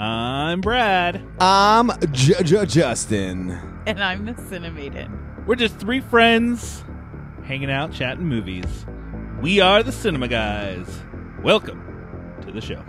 I'm Brad. I'm J- J- Justin. And I'm the Cinemaiden. We're just three friends hanging out, chatting movies. We are the Cinema Guys. Welcome to the show.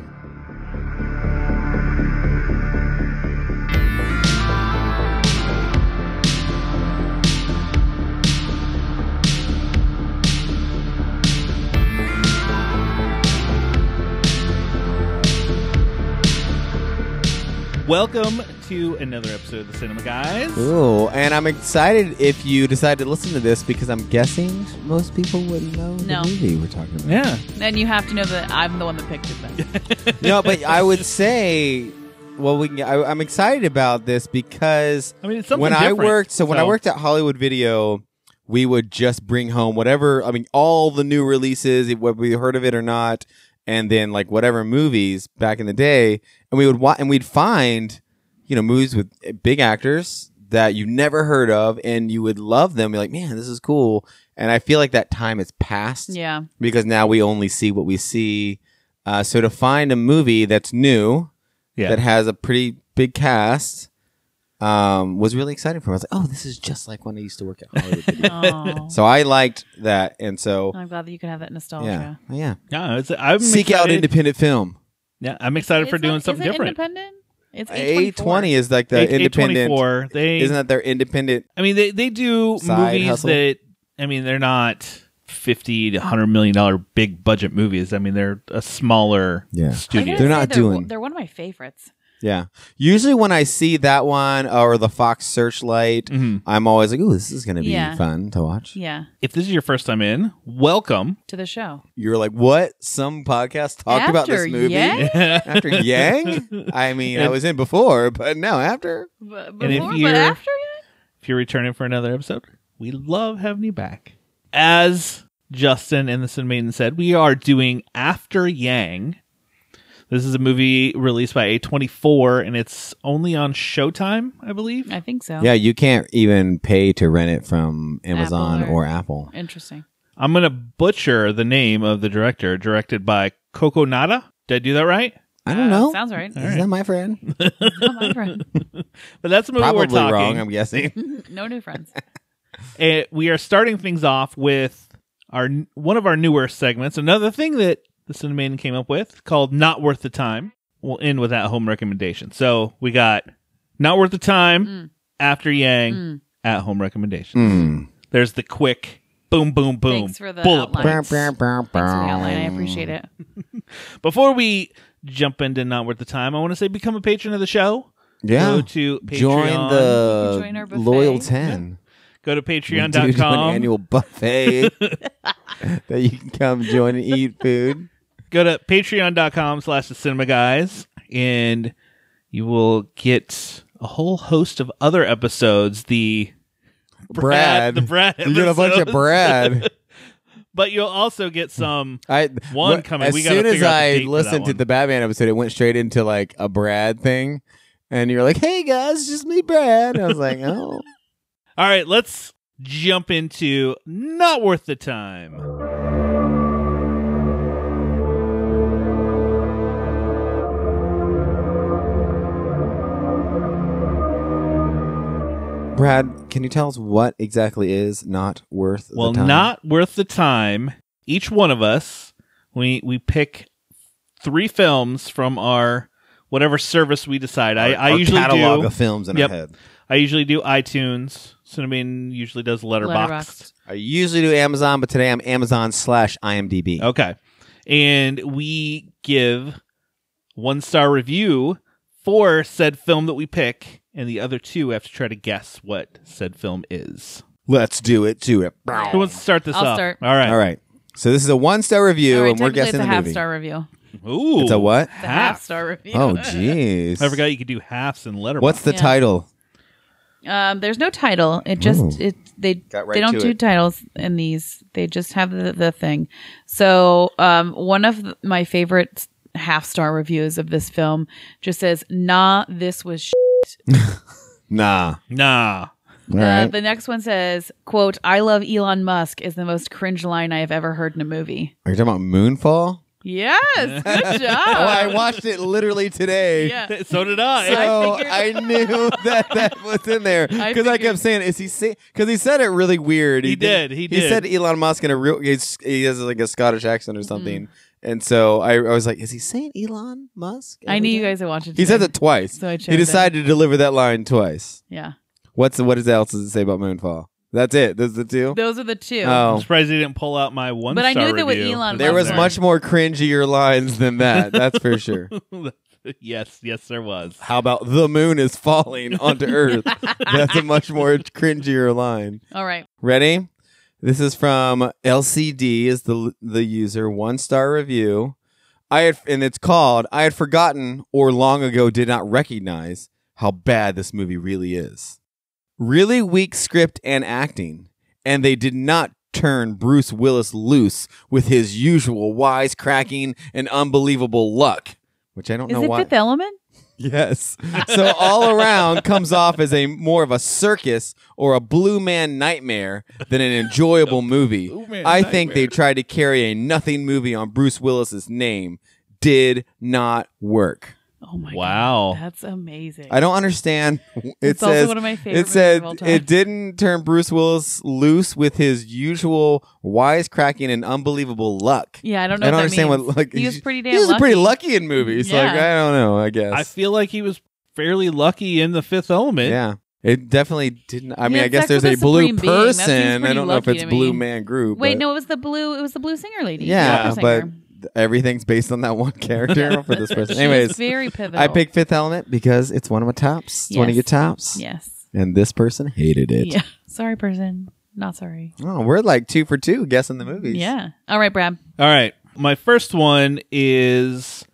Welcome to another episode of the Cinema Guys. Ooh, and I'm excited if you decide to listen to this because I'm guessing most people wouldn't know No. the movie we're talking about. Yeah. And you have to know that I'm the one that picked it then. no, but I would say, well, we can, I, I'm excited about this because I mean, it's something when I different, worked, so, when I so- worked at Hollywood Video, we would just bring home whatever. I mean, all the new releases, whether we heard of it or not, and then like whatever movies back in the day, and we would wa- and we'd find, you know, movies with uh, big actors that you've never heard of, and you would love them. Be like, man, this is cool. And I feel like that time has passed yeah. because now we only see what we see. Uh, so to find a movie that's new Yeah. that has a pretty big cast um, was really exciting for me. I was like, oh, this is just like when I used to work at Hollywood. Video. Oh, so I liked that, and so I'm glad that you could have that yeah, nostalgia. yeah. Yeah, it's, I'm Seek out excited- independent film. Yeah, I'm excited for It's doing not- something is it different. Independent? It's A twenty A24. is like the Eight- independent. A24, They, Isn't that their independent? I mean, they they do Side movies hustle? that I mean, they're not fifty to hundred million dollar big budget movies. I mean, they're a smaller Yeah. I gotta studio. They're say not doing- They're one of my favorites. Yeah. Usually when I see that one or the Fox Searchlight, Mhm. I'm always like, "Ooh, this is going to be Yeah. fun to watch." Yeah. If this is your first time in, welcome. To the show. You're like, "What? Some podcast talked about After this movie Yang? after Yang?" I mean, I And- was in before, but now after. But if before, you're- but after yet? If you're returning for another episode, we love having you back. As Justin and the Sin Maiden said, we are doing After Yang. This is a movie released by A24, and it's only on Showtime, I believe. I think so. Yeah, you can't even pay to rent it from Amazon Apple or- or Apple. Interesting. I'm going to butcher the name of the director, directed by Coco Nada. Did I do that right? I don't Uh, know. Sounds right. Is that my friend? Not my friend. But that's the movie Probably we're talking. wrong, I'm guessing. No new friends. Uh, we are starting things off with our n- one of our newer segments. Another thing that the Cinemaiden came up with called "Not Worth the Time." We'll end with that home recommendation. So we got "Not Worth the Time" Mm. after Yang at home recommendation. Hmm. There's the quick boom, boom, boom. Thanks for the bullet outline. points. Brr, brr, brr, Thanks for the brr. outline. I appreciate it. Before we jump into "Not Worth the Time," I want to say become a patron of the show. Go Yeah. to Patreon. Join the Join our buffet. loyal 10. go to We do do an patreon.com. annual buffet that you can come join and eat food. go to patreon.com slash the cinema guys and you will get a whole host of other episodes the Brad. the brad You get a bunch of episodes. Brad. but you'll also get some I One wh- coming. As We gotta soon as figure out the I date for that listened to one. the Batman episode, it went straight into like a Brad thing, and you're like, "Hey guys, just me, Brad." And I was like, "Oh, all right let's jump into not worth the time Brad, can you tell us what exactly is not worth well the time? not worth the time each one of us we we pick three films from our whatever service we decide i, I Our usually catalog do of films in Yep. our head. I usually do iTunes. Cinnamon usually does Letterboxd. I usually do Amazon, but today I'm Amazon slash IMDb. Okay. And we give one star review for said film that we pick, and the other two have to try to guess what said film is. Let's do it to it. Yeah. Who wants to start this I'll off? start. All right. All right. So this is a one star review, All right, and we're technically guessing it's a the half movie. star review. Ooh. It's a what? The half star review. Oh, jeez. I forgot you could do halves in Letterboxd. What's the Yeah. title? Um, there's no title. It just Ooh. it they Got right they don't to do it. titles in these. They just have the, the thing. So um, one of th- my favorite half star reviews of this film just says, "Nah, this was." Sh-. Nah. Nah. All Uh, right. the next one says, "Quote: I love Elon Musk is the most cringe line I have ever heard in a movie." Are you talking about Moonfall? Yes, good job. Oh, I watched it literally today. Yeah. so did I. So I, I knew that that was in there I because I, figured- kept saying, "Is he?" Because he said it really weird. He did, he did. said Elon Musk in a real. He's, he has like a Scottish accent Mm-hmm. or something, and so I, I was like, "Is he saying Elon Musk?" I every knew you time?" guys had watched it. He says today. it twice. So I checked he it. decided to deliver that line twice. Yeah, What's what is else does it say about Moonfall? That's it. Those are the two. those are the two. I'm Oh, surprised he didn't pull out my one. But I star knew that with review. Elon there was Musk. much more cringier lines than that. That's for sure. yes, yes, there was. How about the moon is falling onto Earth? That's a much more cringier line. All right. Ready? This is from LCD is the the user one star review. I had and it's called I had forgotten or long ago did not recognize how bad this movie really is. Really weak script and acting, and they did not turn Bruce Willis loose with his usual wisecracking and unbelievable luck, which I don't Is know it why. Fifth Element? Yes. So all around comes off as a more of a circus or a blue man nightmare than an enjoyable movie. Blue Man I think they Nightmare. tried to carry a nothing movie on Bruce Willis's name. Did not work. Oh my Wow. god! That's amazing. I don't understand. It It's also says one of my favorite it movies said of all time. it didn't turn Bruce Willis loose with his usual wisecracking and unbelievable luck. Yeah, I don't know. I don't what understand that means. what luck. He was pretty damn. He was lucky. pretty lucky in movies. Like Yeah. I don't know. I guess I feel like he was fairly lucky in the Fifth Element. Yeah. It definitely didn't. I He mean, had I guess sex there's with a a blue supreme being. That seems person. I pretty don't know if lucky it's to blue me. man group. Wait, but no, it was the blue. It was the blue singer lady. Yeah, Opera but singer. everything's based on that one character for this person. She was Anyways, very pivotal. I picked Fifth Element because it's one of my tops. It's one of Yes. your tops. Yes. And this person hated it. Yeah. Sorry, person. Not sorry. Oh, we're like two for two guessing the movies. Yeah. All right, Brad. All right. My first one is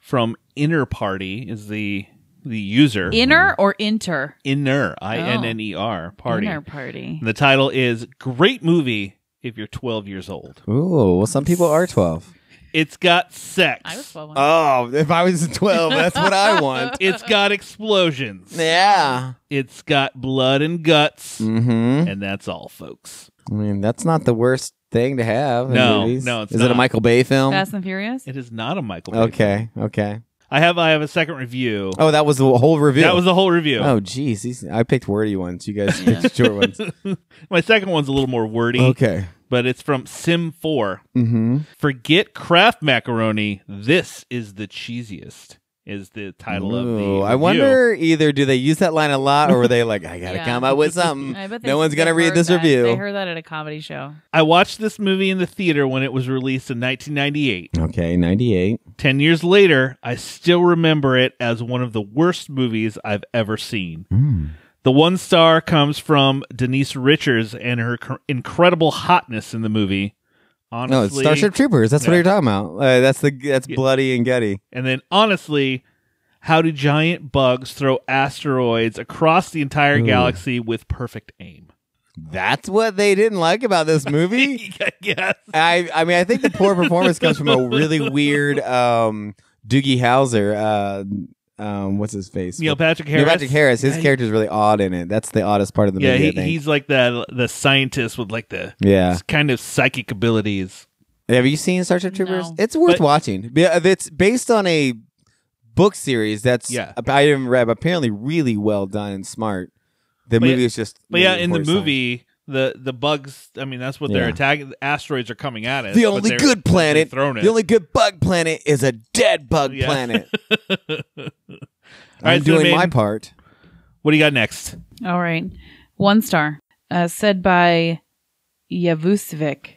from Inner Party is the the user Inner or inter? Inner I N N E R Party. Inner party. And the title is Great Movie if you're 12 years old. Ooh, well, some people are 12. It's got sex. I was twelve. Oh, if I was 12, that's what I want. It's got explosions. Yeah. It's got blood and guts. Mm-hmm. And that's all, folks. I mean, that's not the worst thing to have. in No, movies. no, it's Is it a not. Michael Bay film? Fast and Furious. It is not a Michael. Bay film. Okay, okay. I have I have a second review. Oh, that was the whole review. That was the whole review. Oh, geez, these, I picked wordy ones. You guys picked short ones. My second one's a little more wordy, Okay. but it's from Sim 4. Mm-hmm. Forget Kraft macaroni. This is the cheesiest. Is the title of the. I review. wonder either do they use that line a lot, or were they like, I gotta Yeah. come up with I something. bet they- No one's they gonna read heard this that. They review. heard that at a comedy show. I watched this movie in the theater when it was released in 1998. Okay, ninety-eight. Ten years later, I still remember it as one of the worst movies I've ever seen. The one star comes from Denise Richards and her cr- incredible hotness in the movie. Honestly, No, it's Starship Troopers. That's what Yeah. you're talking about. Uh, that's the that's Yeah. bloody and gutty. And then, honestly, how do giant bugs throw asteroids across the entire Ooh. galaxy with perfect aim? That's what they didn't like about this movie. I guess. I I mean I think the poor performance comes from a really weird um Doogie Howser. Uh, um, what's his face? Neil Patrick Harris. Neil Patrick Harris. His Yeah, character's really odd in it. That's the oddest part of the Yeah, movie. I he, think. he's like the the scientist with like the yeah. kind of psychic abilities. Have you seen Starship Troopers? No. It's worth But- watching. Yeah, It's based on a book series that's Yeah. I haven't read, but apparently really well done and smart. The But movie yeah- is just But yeah, really in the horrifying. movie, the the bugs. I mean, that's what they're Yeah. attacking. Asteroids are coming at us. the only good planet, Thrown it. the only good bug planet is a dead bug Yeah. planet. I'm right, so doing Maine- my part. what do you got next? All right. One star. Uh, said by Yavusvik.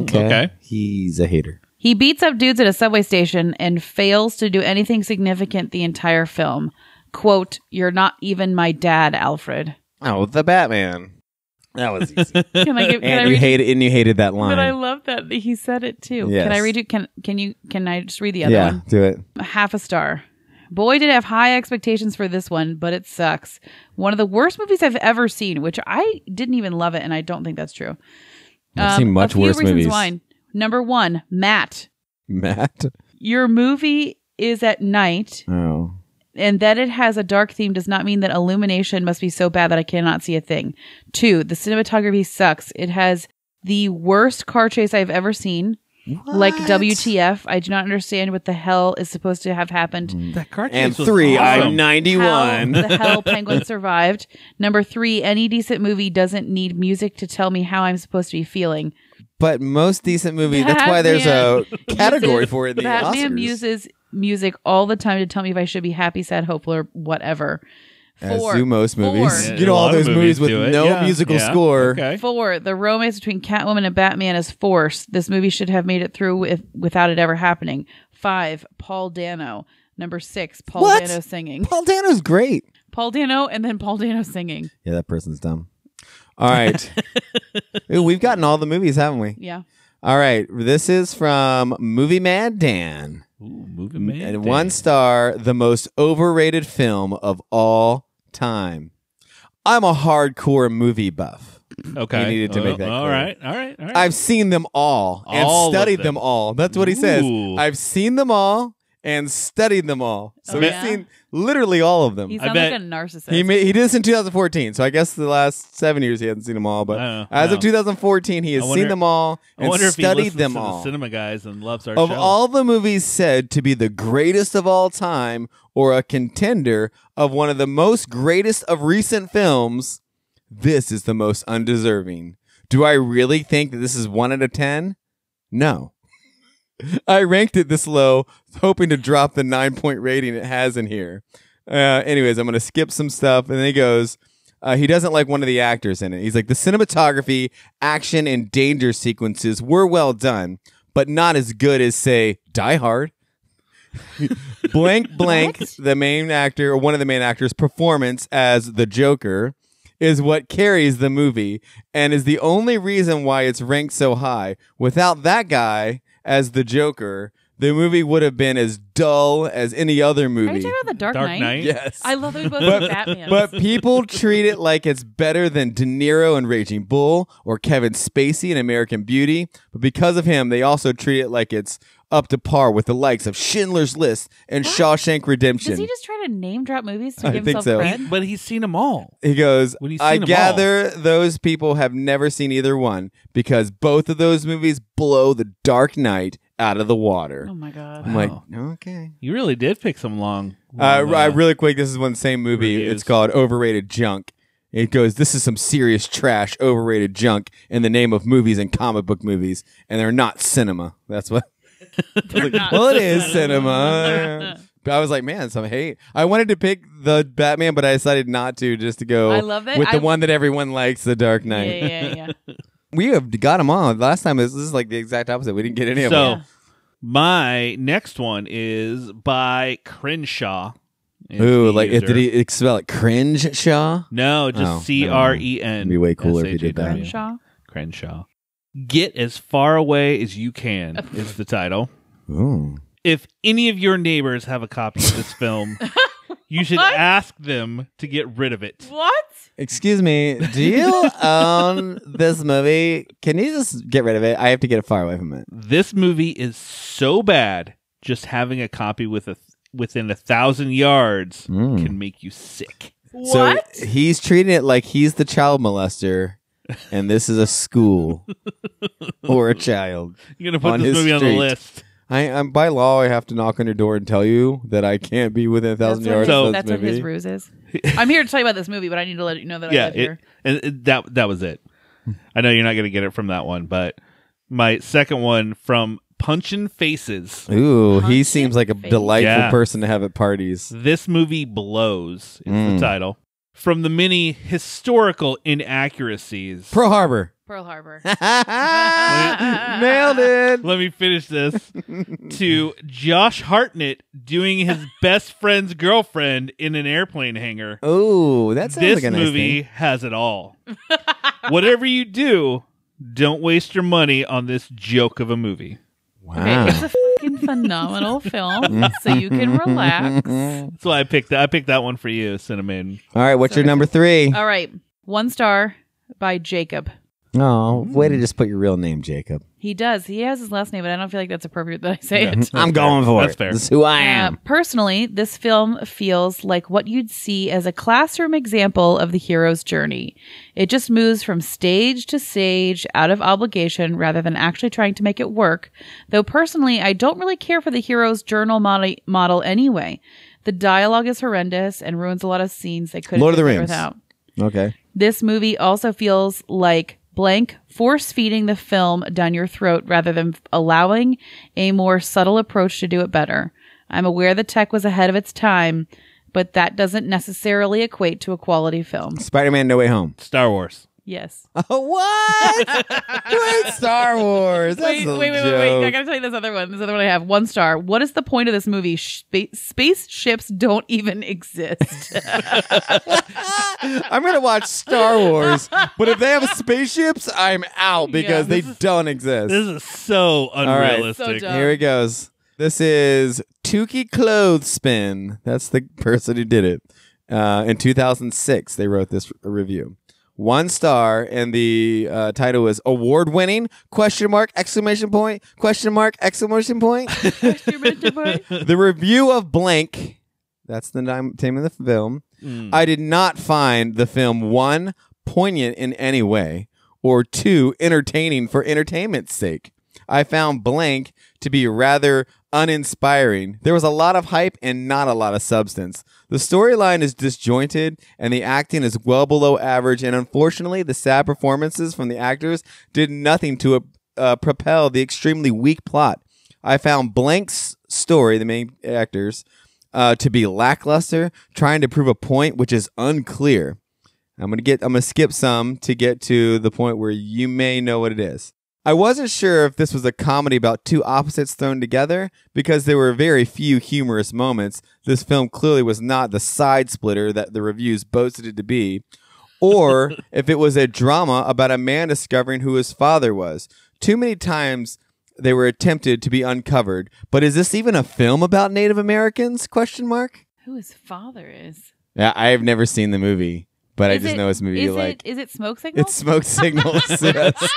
okay. okay. Hmm, he's a hater. He beats up dudes at a subway station and fails to do anything significant the entire film. Quote, You're not even my dad, Alfred. Oh, the Batman. That was easy. Can I give can I and you read hated, and you hated that line. But I love that he said it too. Yes. Can I read you can can you can I just read the other yeah, one? do it. half a star. Boy, did I have high expectations for this one, but it sucks. One of the worst movies I've ever seen, which I didn't even love it, and I don't think that's true. Um, I've seen much a few worse reasons movies. why. Number one, Matt, Matt. your movie is at night, Oh. and that it has a dark theme does not mean that illumination must be so bad that I cannot see a thing. Two, the cinematography sucks. It has the worst car chase I've ever seen. Like What? WTF, I do not understand what the hell is supposed to have happened. That car And chase was three, awesome. I'm 91. How the hell penguin survived. Number three, any decent movie doesn't need music to tell me how I'm supposed to be feeling. but most decent movie. That's why there's a category for it in the Batman Oscars. uses music all the time to tell me if I should be happy, sad, hopeful, or whatever. As Four. do most Four. movies. Yeah, you a know all lot of those movies, do with it. no Yeah. musical Yeah. score. Okay. Four, the romance between Catwoman and Batman is forced. This movie should have made it through if, without it ever happening. Five, Paul Dano. Number six, Paul What? Dano singing. Paul Dano's great. Paul Dano and then Paul Dano singing. Yeah, that person's dumb. All right. Ooh, we've gotten all the movies, haven't we? Yeah. All right. This is from Movie Mad Dan. Ooh, moving man. Dan. and one star, the most overrated film of all time. I'm a hardcore movie buff. Okay. Oh, He needed to make that All clear. right. All right. All right. I've seen them all and All of studied them. them. all. That's what he says. Ooh. I've seen them all and studied them all. So Oh, he's yeah? seen literally all of them. He I sounds like bet a narcissist. He ma- he did this in 2014, so I guess the last seven years he hasn't seen them all. But Oh, as of no. 2014, he has I wonder- seen them all I and wonder if he studied listens them to all. the cinema guys and loves our Of show. all the movies said to be the greatest of all time or a contender of one of the most greatest of recent films, this is the most undeserving. Do I really think that this is one out of 10? No. I ranked it this low, hoping to drop the nine point rating it has in here. Uh, anyways, I'm going to skip some stuff. And then he goes, uh, he doesn't like one of the actors in it. He's like, the cinematography, action, and danger sequences were well done, but not as good as, say, Die Hard. blank, blank, What? the main actor, or one of the main actors' performance as the Joker is what carries the movie and is the only reason why it's ranked so high. Without that guy as the Joker, the movie would have been as dull as any other Are you movie. talking about the Dark, Dark Knight? Knight? Yes. I love that we both But- are Batman. but people treat it like it's better than De Niro and Raging Bull or Kevin Spacey in American Beauty. But because of him, they also treat it like it's up to par with the likes of Schindler's List and Shawshank Redemption. Does he just try to name drop movies to I give think himself so. He- credit? but he's seen them all. He goes, When he's seen I 'em all." gather those people have never seen either one because both of those movies blow the Dark Knight out of the water. Oh my god. I'm like, Wow. okay. You really did pick some long. Uh, long, I really quick, this is one same movie. reviews. It's called Overrated Junk. It goes, this is some serious trash, overrated junk in the name of movies and comic book movies, and they're not cinema. That's what. Like, not well, it is cinema. cinema. But I was like, man, some hate. I wanted to pick the Batman, but I decided not to just to go I love it. with the I- one that everyone likes, The Dark Yeah, Knight. yeah, yeah. We have got them all. Last time, this, this is like the exact opposite. We didn't get any of So, them. Yeah. my next one is by Crenshaw. Is Ooh, the like, user. did he spell it cringe, Shaw? No, Oh, just no. C R E N. It'd be way cooler if he did that. S-H-A-W. Crenshaw. Crenshaw. Get as far away as you can is the title. Ooh. If any of your neighbors have a copy of this film, you should What? ask them to get rid of it. What? Excuse me, do you own this movie? Can you just get rid of it? I have to get it far away from it. This movie is so bad, just having a copy with a within a thousand yards Mm. can make you sick. What? So he's treating it like he's the child molester, and this is a school or a child. You're gonna put On this his movie on the street. list. I, I'm by law, I have to knock on your door and tell you that I can't be within a thousand that's yards So- of What, this that's what movie. his ruse is. I'm here to tell you about this movie, but I need to let you know that I yeah, live here. it, and it- that that was it. I know you're not gonna get it from that one, but my second one from Punchin' Faces. Ooh, he Punching seems like a face. delightful Yeah. person to have at parties. This movie blows is Mm. the title. From the many historical inaccuracies. Pearl Harbor. Pearl Harbor. Ah. Nailed it. let me finish this. to Josh Hartnett doing his best friend's girlfriend in an airplane hangar. Ooh, that sounds This like a nice movie has it all. Whatever you do, don't waste your money on this joke of a movie. Thing. Okay, it's a fucking phenomenal film, so you can relax. That's why I picked that. I picked that one for you, Cinnamon. All right, what's your number three? All right, one star by Jacob. Oh, way to just put your real name, Jacob. He does. He has his last name, but I don't feel like that's appropriate that I say Yeah. it. I'm going for That's it. fair. That's who I Uh, am. personally, this film feels like what you'd see as a classroom example of the hero's journey. It just moves from stage to stage out of obligation rather than actually trying to make it work. Though personally, I don't really care for the hero's journal model, model anyway. The dialogue is horrendous and ruins a lot of scenes they could Lord of the Rings. without. Okay. This movie also feels like blank force feeding the film down your throat rather than allowing a more subtle approach to do it better. I'm aware the tech was ahead of its time, but that doesn't necessarily equate to a quality film. Spider-Man: No Way Home. Star Wars. Yes. Oh, what? Wait, Star Wars. That's Wait, a wait, wait, wait, wait. I gotta tell you this other one. This other one I have. One star. What is the point of this movie? Spa- spaceships don't even exist. joke. I'm gonna watch Star Wars, but if they have spaceships, I'm out because Yeah. they This is- don't exist. This is so right. unrealistic. So dumb. Here it goes. This is Tukey Clothespin. That's the person who did it. Uh, in 2006, they wrote this r- review. One star, and the uh, title was award-winning question mark exclamation point question mark exclamation point. the review of blank. That's the nim- name of the film. Mm. I did not find the film one poignant in any way, or two entertaining for entertainment's sake. I found blank to be rather uninspiring. There was a lot of hype and not a lot of substance. The storyline is disjointed and the acting is well below average and unfortunately the sad performances from the actors did nothing to uh, propel the extremely weak plot. I found blank's story, the main actors, uh, to be lackluster, trying to prove a point which is unclear. I'm gonna get. I'm gonna skip some to get to the point where you may know what it is. I wasn't sure if this was a comedy about two opposites thrown together because there were very few humorous moments. This film clearly was not the side splitter that the reviews boasted it to be, or if it was a drama about a man discovering who his father was. Too many times they were attempted to be uncovered. But is this even a film about Native Americans? Question mark. Who his father is? Yeah, I've never seen the movie, but I Is just it- know it's a movie is you like. It, is it smoke signal? It's smoke signals. yes.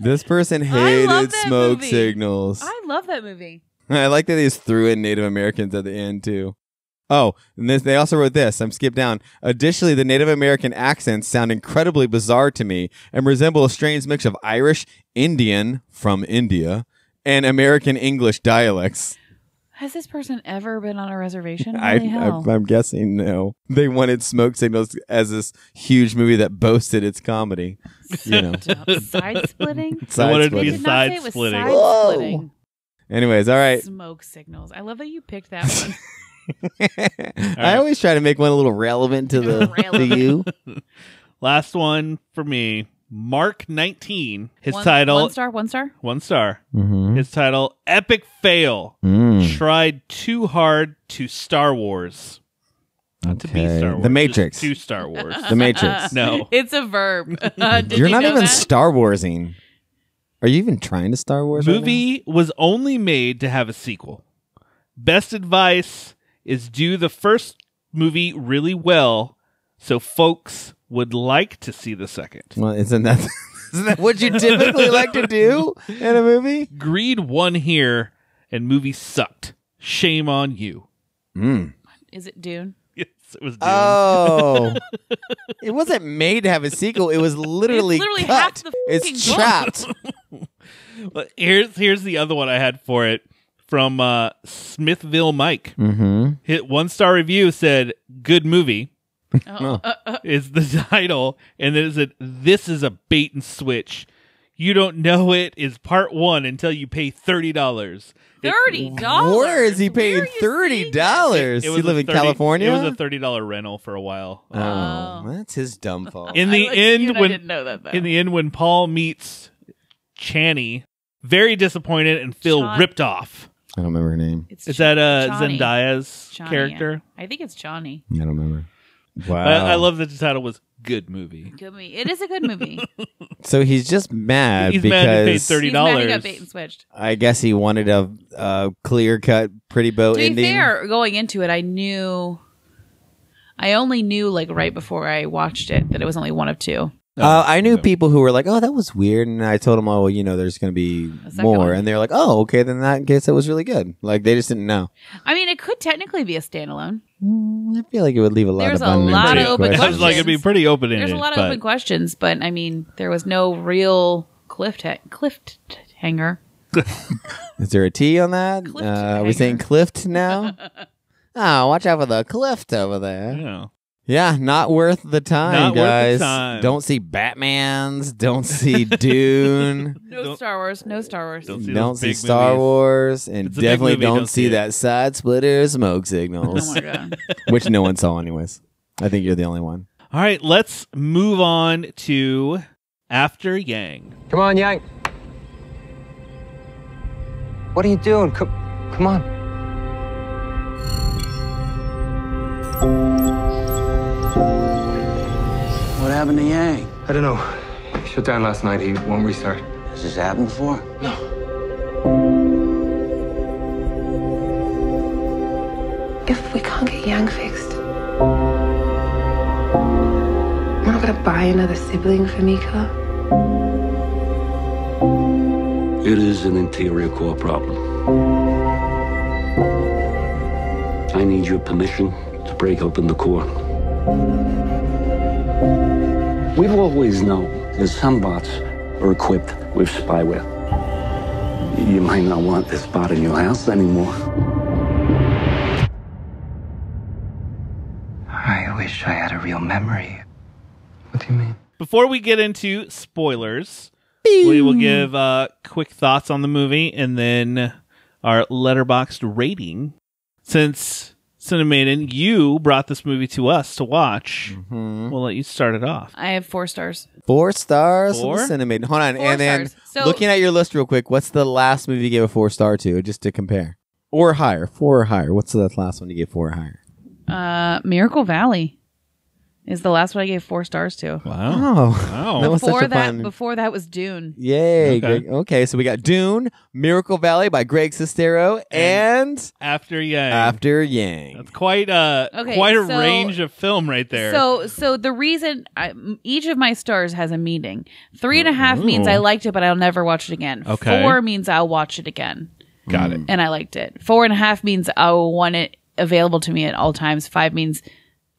This person hated love that smoke movie. signals. I love that movie. I like that they just threw in Native Americans at the end too. Oh, and this, they also wrote this. I'm skipped down. Additionally, the Native American accents sound incredibly bizarre to me and resemble a strange mix of Irish, Indian from India, and American English dialects. Has this person ever been on a reservation? I, Holy hell. I, I'm guessing no. They wanted smoke signals as this huge movie that boasted its comedy. You know, Dumb. Side splitting? They wanted to I be side-splitting. did not say it side was splitting. side Whoa. splitting. Anyways, all right. Smoke signals. I love that you picked that one. I always try to make one a little relevant to the Relevant. to you. Last one for me. Mark 19. His One- title One star, one star? one star. Mm-hmm. His title Epic Fail. Mm. Hmm. Tried too hard to Star Wars. Not to be Okay. Star The Wars. Matrix. Just to Star Wars. The Matrix. No. It's a verb. Uh, Did You're you not know even that? Star Warsing. Are you even trying to Star Wars? right Movie was only made to have a sequel. Best advice is do the first movie really well so folks would like to see the second. now? Well, isn't that isn't that what you typically like to do in a movie? Greed won here and movie sucked. Shame on you. Hmm. Mm. Is it Dune? Yes, it was Dune. Oh, it wasn't made to have a sequel. It was literally, It's literally cut. half the fucking it's book. trapped. But here's here's the other one I had for it from uh, Smithville Mike. mm-hmm. Hit one star review said good movie Oh, uh, uh, is the title, and then it said this is a bait and switch. You don't know it is part one until you pay thirty dollars. $30. Where is he Where paying are you thirty seeing that? dollars? You live in California. It was a thirty dollar rental for a while. Uh, oh, Oh. that's his dumb fault. In I the looked at you end, and when- I didn't know that, though. In the end, when Paul meets Channy, very disappointed and feel Chan- ripped off. I don't remember her name. it's Is that uh, Johnny. Zendaya's Johnny. character? I think it's Johnny. I don't remember. Wow. I, I love that the title was "Good Movie." Good movie. It is a good movie. So he's just mad He's because mad he paid thirty He's mad he dollars. got bait and switched. I guess he wanted a, a clear cut, pretty bow to ending. be fair, going into it, I knew, I only knew like right before I watched it that it was only one of two. Oh, uh, I knew whatever. people who were like, "Oh, that was weird," and I told them, "Oh, well, you know, there's going to be A second more," one. and they're like, "Oh, okay, then that case that was really good." Like they just didn't know. I mean, it could technically be a standalone. Mm, I feel like it would leave a lot There's of a unanswered lot Pretty- of open I questions. was like, it'd be pretty open ended. There's a lot of open questions, but I mean, there was no real cliffha- cliffhanger. Is there a T on that? Clift Uh, are we saying clift now? oh, watch out for the clift over there. Yeah. Yeah, not worth the time, Not worth the guys. time. Don't see Batman's. Don't see Dune. No Don't- Star Wars. No Star Wars. Don't don't see see, those big Star movies. Wars, and It's a big definitely movie, don't, don't see see it. that side splitter smoke Oh signals, my god. which no one saw anyways. I think you're the only one. All right, let's move on to After Yang. Come on, Yang. What are you doing? Come, come on. What happened to Yang? I don't know. He shut down last night. He won't restart. Has this happened before? No. If we can't get Yang fixed, we're not gonna buy another sibling for Miko. It is an interior core problem. I need your permission to break open the core. We've always known that some bots are equipped with spyware. You might not want this bot in your house anymore. I wish I had a real memory. What do you mean? Before we get into spoilers, we will give uh, quick thoughts on the movie and then our letterboxed rating. Since Cinemaiden, you brought this movie to us to watch, Mm-hmm. we'll let you start it off. I have four stars. Four stars. Four? on the Cinnamon. Hold on, Four and then stars. So- looking at your list real quick, what's the last movie you gave a four star to, just to compare, or higher? Four or higher. What's the last one you gave four or higher? Uh, Miracle Valley is the last one I gave four stars to. Wow. Oh, Wow. That was such Before a that, fun- before that was Dune. Okay. yay! Okay. Greg. okay, so we got Dune, Miracle Valley by Greg Sestero, and, After Yang. After Yang. That's quite a Okay, quite a so- range of film right there. So, so the reason I, m- each of my stars has a meaning. Three and a half means I liked it, but I'll never watch it again. Okay. Four means I'll watch it again, Got it. and I liked it. Four and a half means I will want it available to me at all times. Five means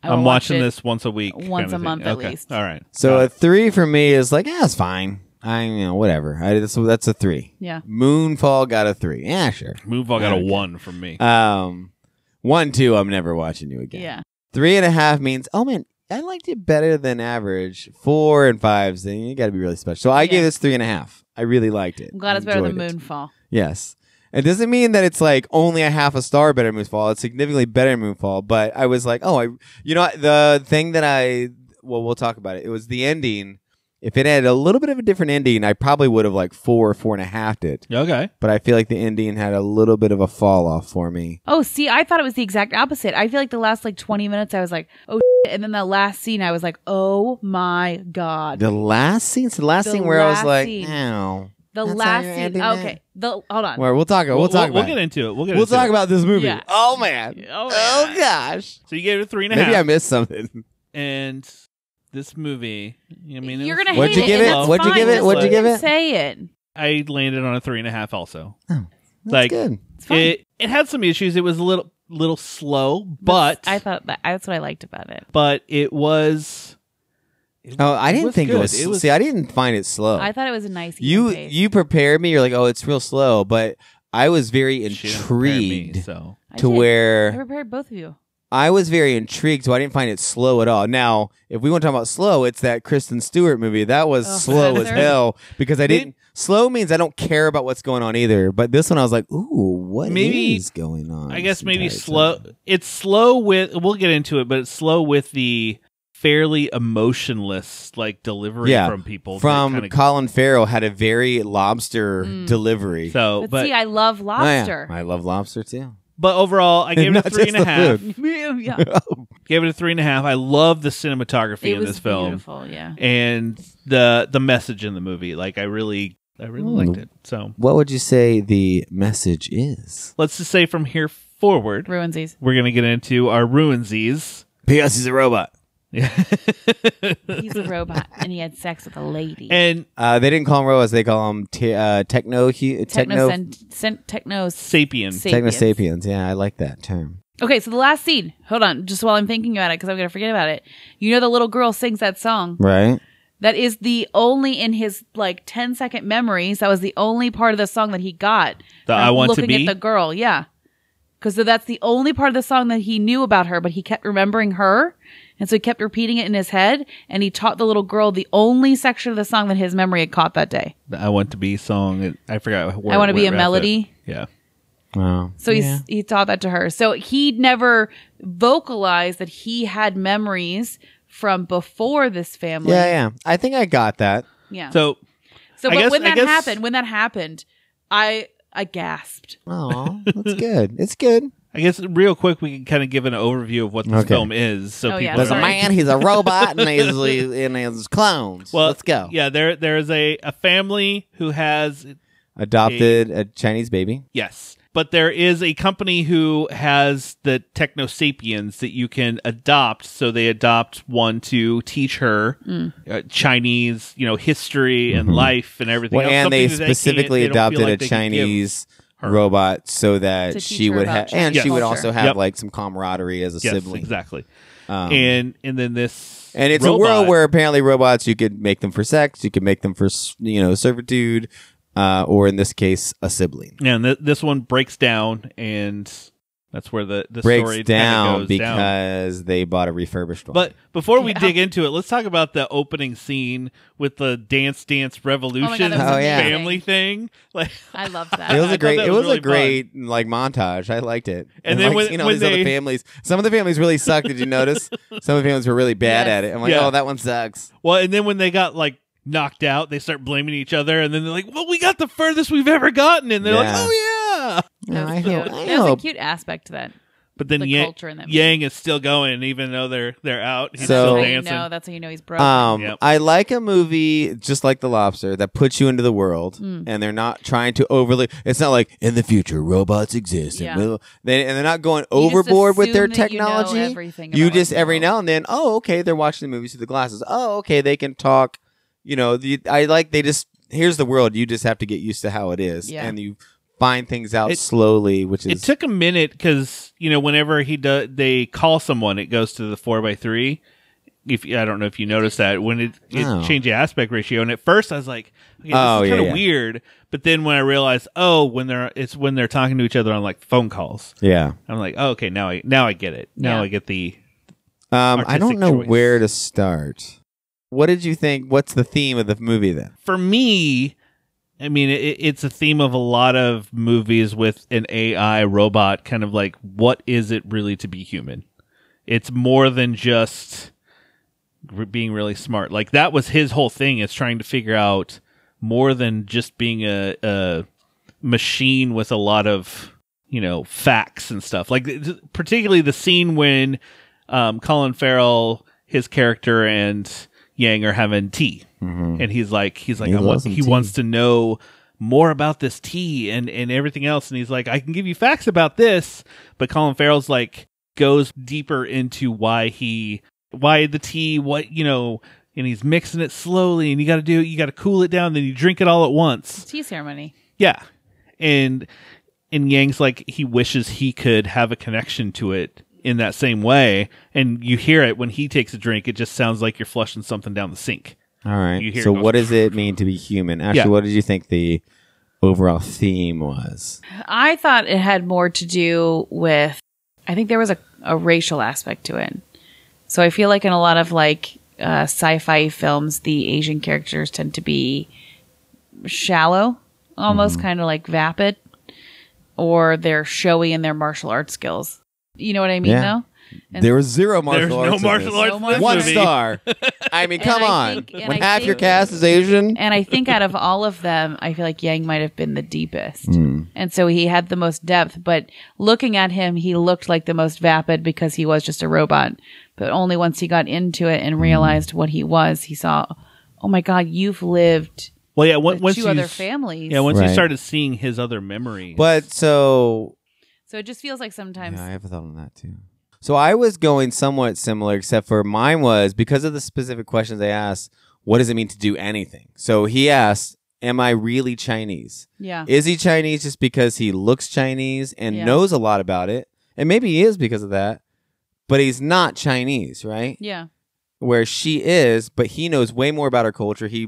I will I'm watch watching it. this once a week, once kind a of thing. month at Okay. least. All right. So a three for me is like, yeah, it's fine. I you know whatever. I, that's that's a three. Yeah. Moonfall got a three. Yeah, sure. Move on got a Okay. one from me. Um, one, two. I'm never watching you again. Yeah. Three and a half means, oh man, I liked it better than average. Four and fives, then you got to be really special. So I Yeah. gave this three and a half. I really liked it. I'm glad it's better than Enjoyed it. Moonfall. Yes. It doesn't mean that it's like only a half a star better than Moonfall. It's significantly better than Moonfall. But I was like, oh, I, you know, the thing that I, well, we'll talk about it. It was the ending. If it had a little bit of a different ending, I probably would have like four or four and a half it. Okay. But I feel like the ending had a little bit of a fall off for me. Oh, see, I thought it was the exact opposite. I feel like the last like 20 minutes, I was like, oh, shit. and then the last scene, I was like, oh my god. The, The last scene, it's the last The scene where I last was like, scene. ow. That's how last you're scene. ending it? Okay, the hold on. Where we'll talk. We'll, talk about. get it. into it. We'll get We'll into talk it. about this movie. Yeah. Oh man. Oh, Oh, yeah. gosh. So you gave it a three and a half, Maybe I missed something. and this movie. I mean, it You're was- gonna What'd hate you it. give and it? that's What'd you fine. give it? Just What'd you let give me it? Say it. I landed on a three and a half. Also, That's Like, good. It's fine. it it had some issues. It was a little little slow, but I thought that that's what I liked about it. but it was. Oh, I didn't was think good. it was, It was- See, I didn't find it slow. I thought it was a nice. even Oh. you pace. you prepared me. You're like, oh, it's real slow, but I was very She didn't prepare me, intrigued so I to did. where I prepared both of you. I was very intrigued, so I didn't find it slow at all. Now, if we want to talk about slow, it's that Kristen Stewart movie. That was Oh, slow as Spencer. hell because I Maybe- didn't. Slow means I don't care about what's going on either. But this one, I was like, ooh, what is Maybe- going on? I this guess maybe entire slow. time? It's slow with. We'll get into it, but it's slow with the fairly emotionless like delivery Yeah, from people. that From kinda- Colin Farrell had a very lobster Mm. delivery. so, But, but see, I love Oh, yeah. lobster. I love lobster too. but overall, I gave it a Not three and just a the half. food. yeah, Gave it a three and a half. I love the cinematography it in was this film. beautiful. Yeah, and the the message in the movie. Like I really I really Hmm. liked it. So What would you say the message is? let's just say from here forward, ruins these. we're gonna get into our ruinsies. P.S. He's a robot. He's a robot, and he had sex with a lady. and Uh, they didn't call him robots. They call him te- uh, techno hu- techno Techno, sent, techno Sapien. techno sapiens. Yeah, I like that term. Okay, so the last scene. Hold on, just while I'm thinking about it, because I'm gonna forget about it. You know, the little girl sings that song. Right. That is the only in his like 10 second memories. That was the only part of the song that he got. The from I Want to looking Be? at the girl. Yeah, because that's the only part of the song that he knew about her, but he kept remembering her, and so he kept repeating it in his head. And he taught the little girl the only section of the song that his memory had caught that day. the I want to be song. and- I forgot. Where, I Want to where Be it a wrapped Melody. it. Yeah. Wow. So he's, he taught that to her. So he never vocalized that he had memories from before this family. Yeah, yeah. I think I got that. Yeah. So, So I but guess- when I that guess- happened, when that happened, I I gasped. Oh, that's good. It's good. I guess real quick we can kind of give an overview of what this Okay. film is, so Oh, people. yeah, are There's a sorry. man. He's a robot, and he's and he's clones. Well, Let's go. Yeah, there there is a a family who has Adopted a Chinese baby. yes, but there is a company who has the Techno Sapiens that you can adopt. So they adopt one to teach her uh, Chinese, you know, history and life and everything. Mm-hmm. Well, else, and they something that can't- specifically they don't feel adopted like a they can give. Chinese her. robot so To that teach she her would about have, and Chinese she would culture. also have Yep. like some camaraderie as a Yes, sibling. exactly. Um, and and then this And it's a robot- world where apparently robots you could make them for sex, you could make them for s- you know servitude, uh, or in this case, a sibling. and th- this one breaks down, and that's where the the story Breaks kinda down goes down. because they bought a refurbished one. But before we dig into it, let's talk about the opening scene with the Dance Dance Revolution that was Oh, yeah. family thing. Like, I love it I that. was thought a great. that It was was, really a great like montage. I liked it. And then like, when- seeing all when these they- other families, some of the families really sucked. Did you notice? Some of the families were really bad Yes. at it. I'm like, Yeah. oh, that one sucks. well, and then when they got like knocked out, they start blaming each other, and then they're like, "Well, we got the furthest we've ever gotten," and they're like, Yeah. "Oh yeah." That was I cute. hope. I That was a hope. cute aspect to that. But then The Yang, culture in that movie. Yang is still going, even though they're they're out. He's still So- That's how you dancing. know. That's how you know he's broke. Um, Yep. I like a movie just like The Lobster that puts you into the world, Hmm. and they're not trying to overly. It's not like in the future robots exist, Yeah. and, we'll, they, and they're not going overboard with their assume that you know technology. everything You about just the every world. now and then, oh, okay, they're watching the movies through the glasses. Oh, okay, they can talk. You know, the, I like they just here's the world. You just have to get used to how it is, Yeah. and you find things out It- slowly, which It is took a minute because you know whenever he do- they call someone, it goes to the four by three. If I don't know if you noticed that when it, it Oh. changed the aspect ratio, and at first I was like, okay, this Oh, is yeah, kind of yeah. weird. But then when I realized, oh, when they're it's when they're talking to each other on like phone calls, yeah. I'm like, oh, okay, now I now I get it. Now Yeah. I get the Um, I Artistic don't know choice. where to start. What did you think? What's the theme of the movie then? for me. I mean, it, it's a theme of a lot of movies with an AI robot, kind of like what is it really to be human? It's more than just r- being really smart. Like that was his whole thing is trying to figure out more than just being a, a machine with a lot of you know facts and stuff. Like th- th- particularly the scene when um, Colin Farrell, his character, and Yang are having tea, and he's like, he's like, He I want, loves some he tea. wants to know more about this tea and and everything else, and he's like, I can give you facts about this, but Colin Farrell's like goes deeper into why he why the tea what you know and he's mixing it slowly and you got to do it you got to cool it down then you drink it all at once tea ceremony. yeah and and yang's like he wishes he could have a connection to it in that same way and you hear it when he takes a drink it just sounds like you're flushing something down the sink All right. You hear so, it goes- what does it mean to be human? Actually, Yeah. what did you think the overall theme was? I thought it had more to do with I think there was a, a racial aspect to it. So I feel like in a lot of like uh, sci-fi films, the Asian characters tend to be shallow, almost Mm-hmm. kind of like vapid, or they're showy in their martial arts skills. You know what I mean, Yeah. though. And- there was zero martial There's no arts. martial in this. arts No in this One movie. star. I mean, And come I on. think- and when I half your think- cast is Asian. And I think out of all of them, I feel like Yang might have been the deepest. Mm. Hmm. And so he had the most depth. But looking at him, he looked like the most vapid because he was just a robot. But only once he got into it Mm. and realized what he was, he saw, oh my God, you've lived well yeah on- with once two you other s- families. yeah once you Right. started seeing his other memories But so so it just feels like sometimes Yeah, I have a thought on that too. So I was going somewhat similar, except for mine was because of the specific questions I asked, what does it mean to do anything? So he asked, Am I really Chinese? Yeah. Is he Chinese just because he looks Chinese and Yeah. knows a lot about it? And maybe he is because of that, but he's not Chinese, right? yeah. Where she is, but he knows way more about her culture. He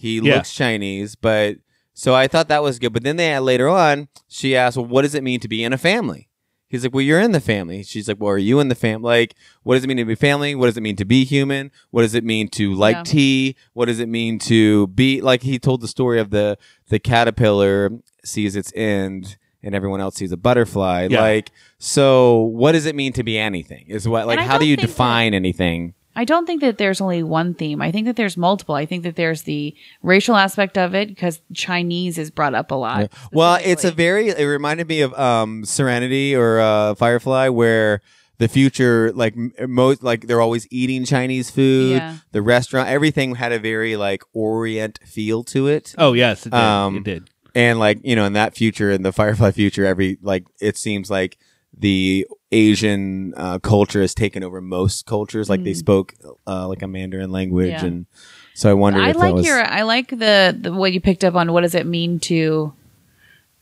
he Yeah. looks Chinese, but so I thought that was good. But then they had, later on, she asked, "Well, what does it mean to be in a family?" He's like, "Well, you're in the family." She's like, "Well, are you in the family? Like, what does it mean to be family? What does it mean to be human? What does it mean to like Yeah. tea? What does it mean to be like?" He told the story of the the caterpillar sees its end and everyone else sees a butterfly. Yeah. Like, so what does it mean to be anything? Is what like I how do don't you think that- define anything? I don't think that there's only one theme. I think that there's multiple. I think that there's the racial aspect of it because Chinese is brought up a lot. Well, it's a specifically. very. It reminded me of um, Serenity or uh, Firefly, where the future, like m- most, like they're always eating Chinese food. Yeah. The restaurant, everything had a very like Orient feel to it, Oh yes, it did. Um, it did. and like you know, in that future, in the Firefly future, every like it seems like the Asian uh, culture has taken over most cultures. Like they Mm. spoke uh, like a Mandarin language, Yeah. and so I wonder. I if like that was, your I like the, the what you picked up on what does it mean to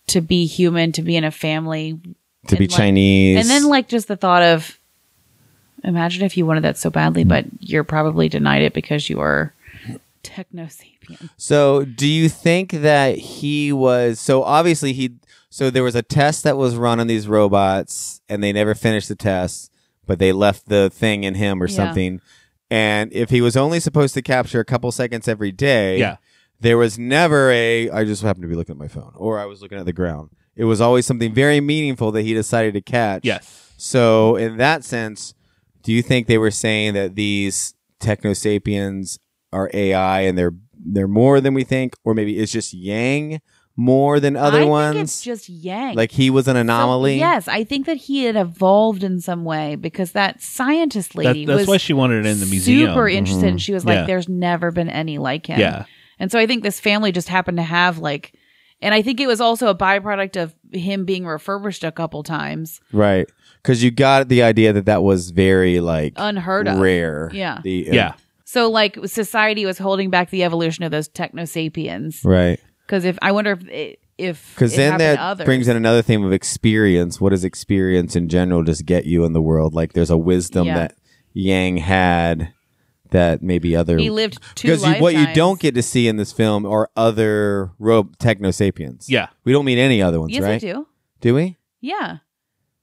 to be human, to be in a family. to be and, like- Chinese, And then like just the thought of imagine if you wanted that so badly, but you're probably denied it because you are techno sapien. So, do you think that he was so obviously he so there was a test that was run on these robots and they never finished the test, but they left the thing in him or Yeah. something. And if he was only supposed to capture a couple seconds every day, Yeah. there was never a I just happened to be looking at my phone or I was looking at the ground. It was always something very meaningful that he decided to catch. Yes. So, in that sense, do you think they were saying that these techno sapiens are AI and they're they're more than we think, or maybe it's just Yang more than other I ones? think it's just Yang. like he was an anomaly. So, yes, I think that he had evolved in some way because that scientist That, lady that's was why she wanted it in the museum. super Mm-hmm. interested. And she was like, Yeah. "There's never been any like him." Yeah. and so I think this family just happened to have like, and I think it was also a byproduct of him being refurbished a couple times. right? Because you got the idea that that was very like Unheard of. rare. Yeah. The, uh, Yeah. So like, society was holding back the evolution of those techno sapiens Right. because if I wonder if it, if Because it then happened that to others. brings in another theme of experience. What does experience in general just get you in the world? Like there's a wisdom Yeah. that Yang had that maybe other he lived two because you, what you lifetimes. don't get to see in this film are other ro- techno sapiens. Yeah. we don't meet any other ones, yes, I right? do. Do we? Yeah,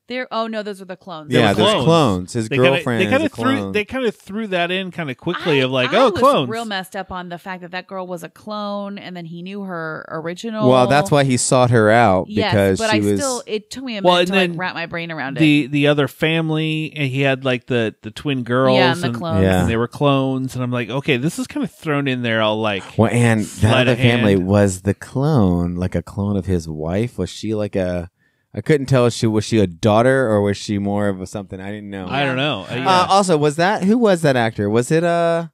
there. Oh no, those were the clones. They were yeah, there's there's clones. clones. His kinda- girlfriend they kinda is a clone. threw they kind of threw that in kind of quickly I- of like, I oh, was clones. Real messed up on the fact that that girl was a clone, and then he knew her original. well, that's why he sought her out Yes, because but she I was. still. It took me a minute Well, to and like, then wrap my brain around it. the the other family and he had like the the twin girls yeah, and the clones. Yeah. and they were clones and I'm like, okay, this is kind of thrown in there all like well, and that Sleight other of family hand. was the clone, like a clone of his wife. Was she like a? I couldn't tell. If she was she a daughter or was she more of a something? I didn't know. I don't know. Uh, Uh, also, was that who was that actor? Was it uh,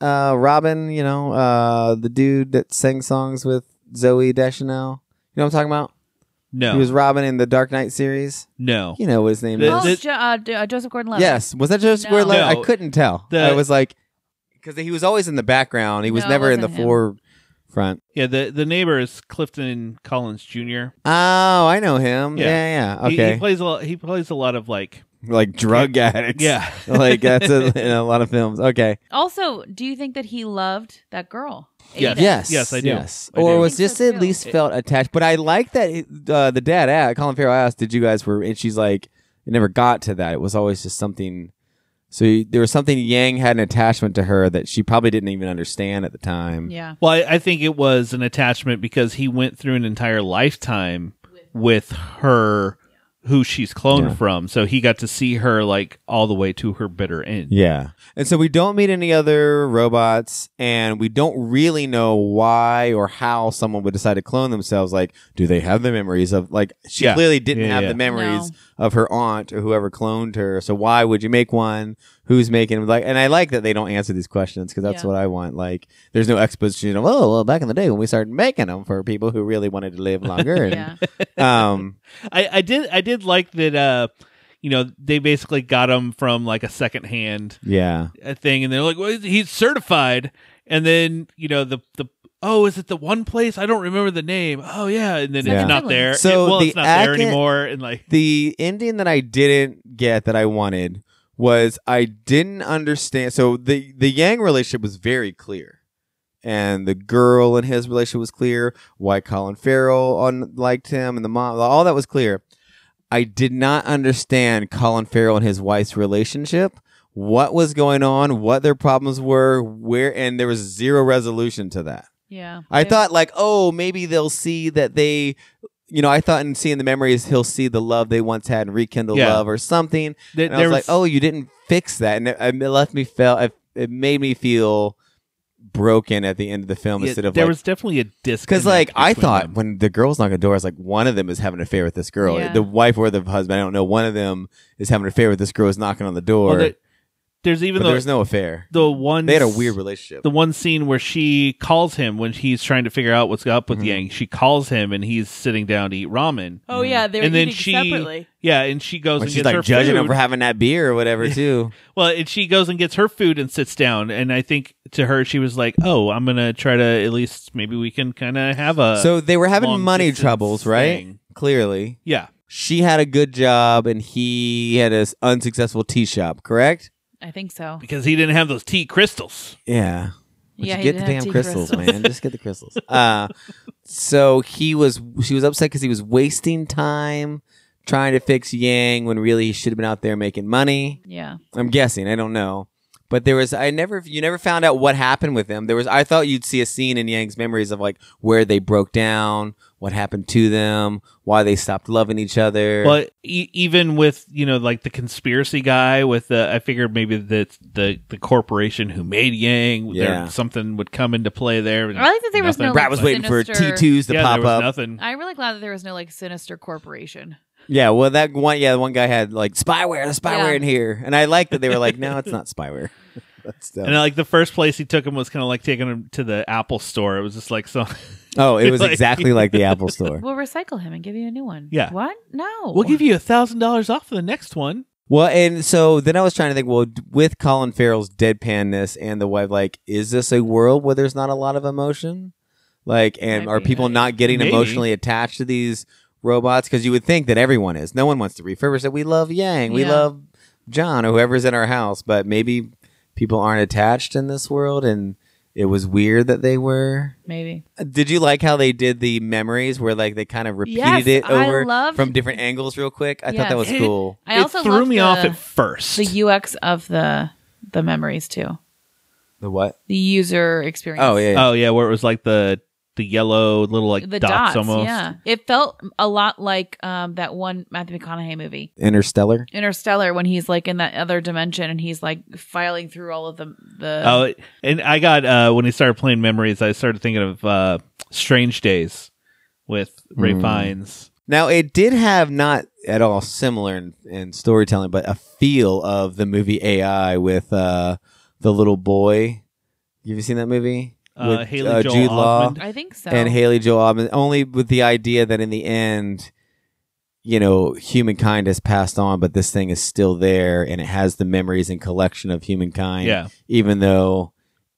uh, Robin? You know, uh, the dude that sang songs with Zoe Deschanel. You know what I'm talking about? no. He was Robin in the Dark Knight series. no. You know what his name The- is? oh, the- Jo- uh, D- uh, Joseph Gordon-Levitt. yes. Was that just No. where like, No. I couldn't tell? The- I was like, because he was always in the background. He was No, it never in the wasn't him. forefront. Yeah, the the neighbor is Clifton Collins Jr. Oh, I know him. Yeah. Yeah, yeah. He- He, Okay, plays a lot, he plays a lot of like like drug addicts. yeah. like that's a, in a lot of films. Okay. Also, do you think that he loved that girl? Yes. Ada? Yes. Yes, I do. Yes. I or do. was I think just so, at too. least felt attached. But I like that uh, the dad, uh, Colin Farrell, asked, "Did you guys were?" And she's like, "It never got to that. It was always just something." So you- there was something Yang had an attachment to her that she probably didn't even understand at the time. Yeah. Well, I, I think it was an attachment because he went through an entire lifetime with her, who she's cloned Yeah. from. So he got to see her like all the way to her bitter end. Yeah. And so we don't meet any other robots, and we don't really know why or how someone would decide to clone themselves. Like, do they have the memories of, like, she Yeah. clearly didn't Yeah, have yeah. the memories of her aunt or whoever cloned her. So why would you make one? Who's making them? Like, and I like that they don't answer these questions because that's Yeah. what I want. Like, there's no exposition of, oh, well, back in the day when we started making them for people who really wanted to live longer. Yeah. And, um, I, I did I did like that. Uh, you know, they basically got him from like a secondhand Yeah. uh, thing, and they're like, well, he's certified. And then you know the the oh, is it the one place I don't remember the name? Oh yeah, and then Yeah. it's not there. So It- well, the it's not there Akin- anymore, and like The ending that I didn't get that I wanted was I didn't understand. So the the Yang relationship was very clear, and the girl and his relationship was clear. Why Colin Farrell on liked him and the mom, all that was clear. I did not understand Colin Farrell and his wife's relationship. What was going on? What their problems were? Where? And there was zero resolution to that. Yeah. I thought like, oh, maybe they'll see that they, you know, I thought in seeing the memories, he'll see the love they once had and rekindle Yeah. love or something. th- And I was, like, oh, you didn't fix that, and it, it left me felt it, it made me feel broken at the end of the film yeah, instead of there like. was definitely a disconnect. because like I between thought them. when the girls knock on the door, I was like one of them is having an affair with this girl, Yeah. the wife or the husband. I don't know. One of them is having an affair with this girl is knocking on the door, Well, there- there's but even there though was no affair. the one They had a weird relationship. the one scene where she calls him when he's trying to figure out what's Mm-hmm. up with Yang. She calls him and he's sitting down to eat ramen. Oh yeah, they were and then eating she, separately. yeah, and she goes when and she's gets her like judging food. him for having that beer or whatever too. Well, and she goes and gets her food and sits down. And I think to her, she was like, "Oh, I'm gonna try to at least maybe we can kind of have a so they were having long money distance troubles, right? thing. Clearly, yeah." she had a good job and he had an unsuccessful tea shop, correct? I think so. Because he didn't have those tea crystals. Yeah. But Yeah, you he get the didn't have damn tea crystals, crystals. man. Just get the crystals. Uh, so he was, she was upset because he was wasting time trying to fix Yang when really he should have been out there making money. Yeah. I'm guessing. I don't know. But there was I never you never found out what happened with them. There was I thought you'd see a scene in Yang's memories of like where they broke down, what happened to them, why they stopped loving each other. But e- even with you know like the conspiracy guy with the, I figured maybe that the the corporation who made Yang, Yeah. there, something would come into play there. I like that there was no. Nothing. Brad like, was waiting for T sinister- twos to yeah, pop there was up. nothing. I'm really glad that there was no like sinister corporation. Yeah, well that one yeah, the one guy had like spyware, there's spyware Yeah. in here. And I like that they were like, No, it's not spyware. That's dumb. And like the first place he took him was kind of like taking him to the Apple store. It was just like so. oh, it was like- exactly like the Apple store. We'll recycle him and give you a new one. Yeah. What? No. We'll give you a thousand dollars off for the next one. Well, and so then I was trying to think. Well, d- with Colin Farrell's deadpanness and the wife, like, is this a world where there's not a lot of emotion? Like, and Might are be, people right? not getting Maybe. emotionally attached to these robots? Because you would think that everyone is. No one wants to refurbish it. We love Yang. We Yeah. love John or whoever's in our house. But maybe people aren't attached in this world, and it was weird that they were. Maybe. Did you like how they did the memories where like they kind of repeated Yes, it I over loved- from different angles real quick? I thought that was Yes. cool. I it also threw loved me the, off at first. the UX of the the memories too. The what? The user experience. Oh yeah. yeah. oh yeah, where it was like the the yellow little like the dots, dots, almost. yeah. It felt a lot like um, that one Matthew McConaughey movie, Interstellar. Interstellar, when he's like in that other dimension and he's like filing through all of the the. Oh, it- and I got uh when he started playing Memories, I started thinking of uh Strange Days with Ray Mm. Fiennes. Now it did have not at all similar in, in storytelling, but a feel of the movie AI with uh, the little boy. You ever seen that movie? Uh, With, Haley uh, Joel Jude Law Osment. I think so. and Haley Joel Osment. Only with the idea that in the end, you know, humankind has passed on, but this thing is still there, and it has the memories and collection of humankind. Yeah, even though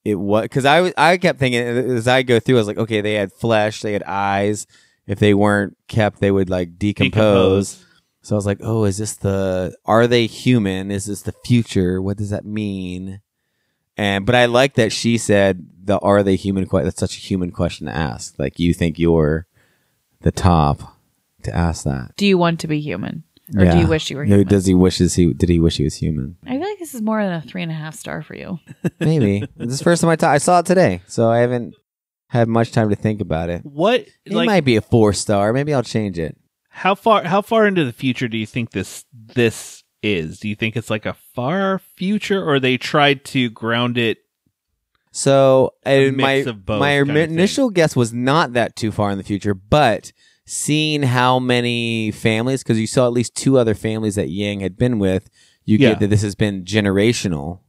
it was because I was- I kept thinking uh, as I go through, I was like, okay, they had flesh, they had eyes. If they weren't kept, they would like decompose. Decompose. So I was like, oh, is this the? Are they human? Is this the future? What does that mean? And but I like that she said the are they human? que- That's such a human question to ask. Like you think you're the top to ask that, do you want to be human, or do Yeah. you wish you were You know, human? Does he wishes he did he wish he was human? I feel like this is more than a three and a half star for you. Maybe this is the first time I ta- I saw it today, so I haven't had much time to think about it. what It like might be a four star. Maybe I'll change it. how far how far into the future do you think this this is? Do you think it's like a far future, or they tried to ground it? So A uh, mix my of both my kind of thing. initial guess was not that too far in the future, but seeing how many families, because you saw at least two other families that Yang had been with, you Yeah. get that this has been generational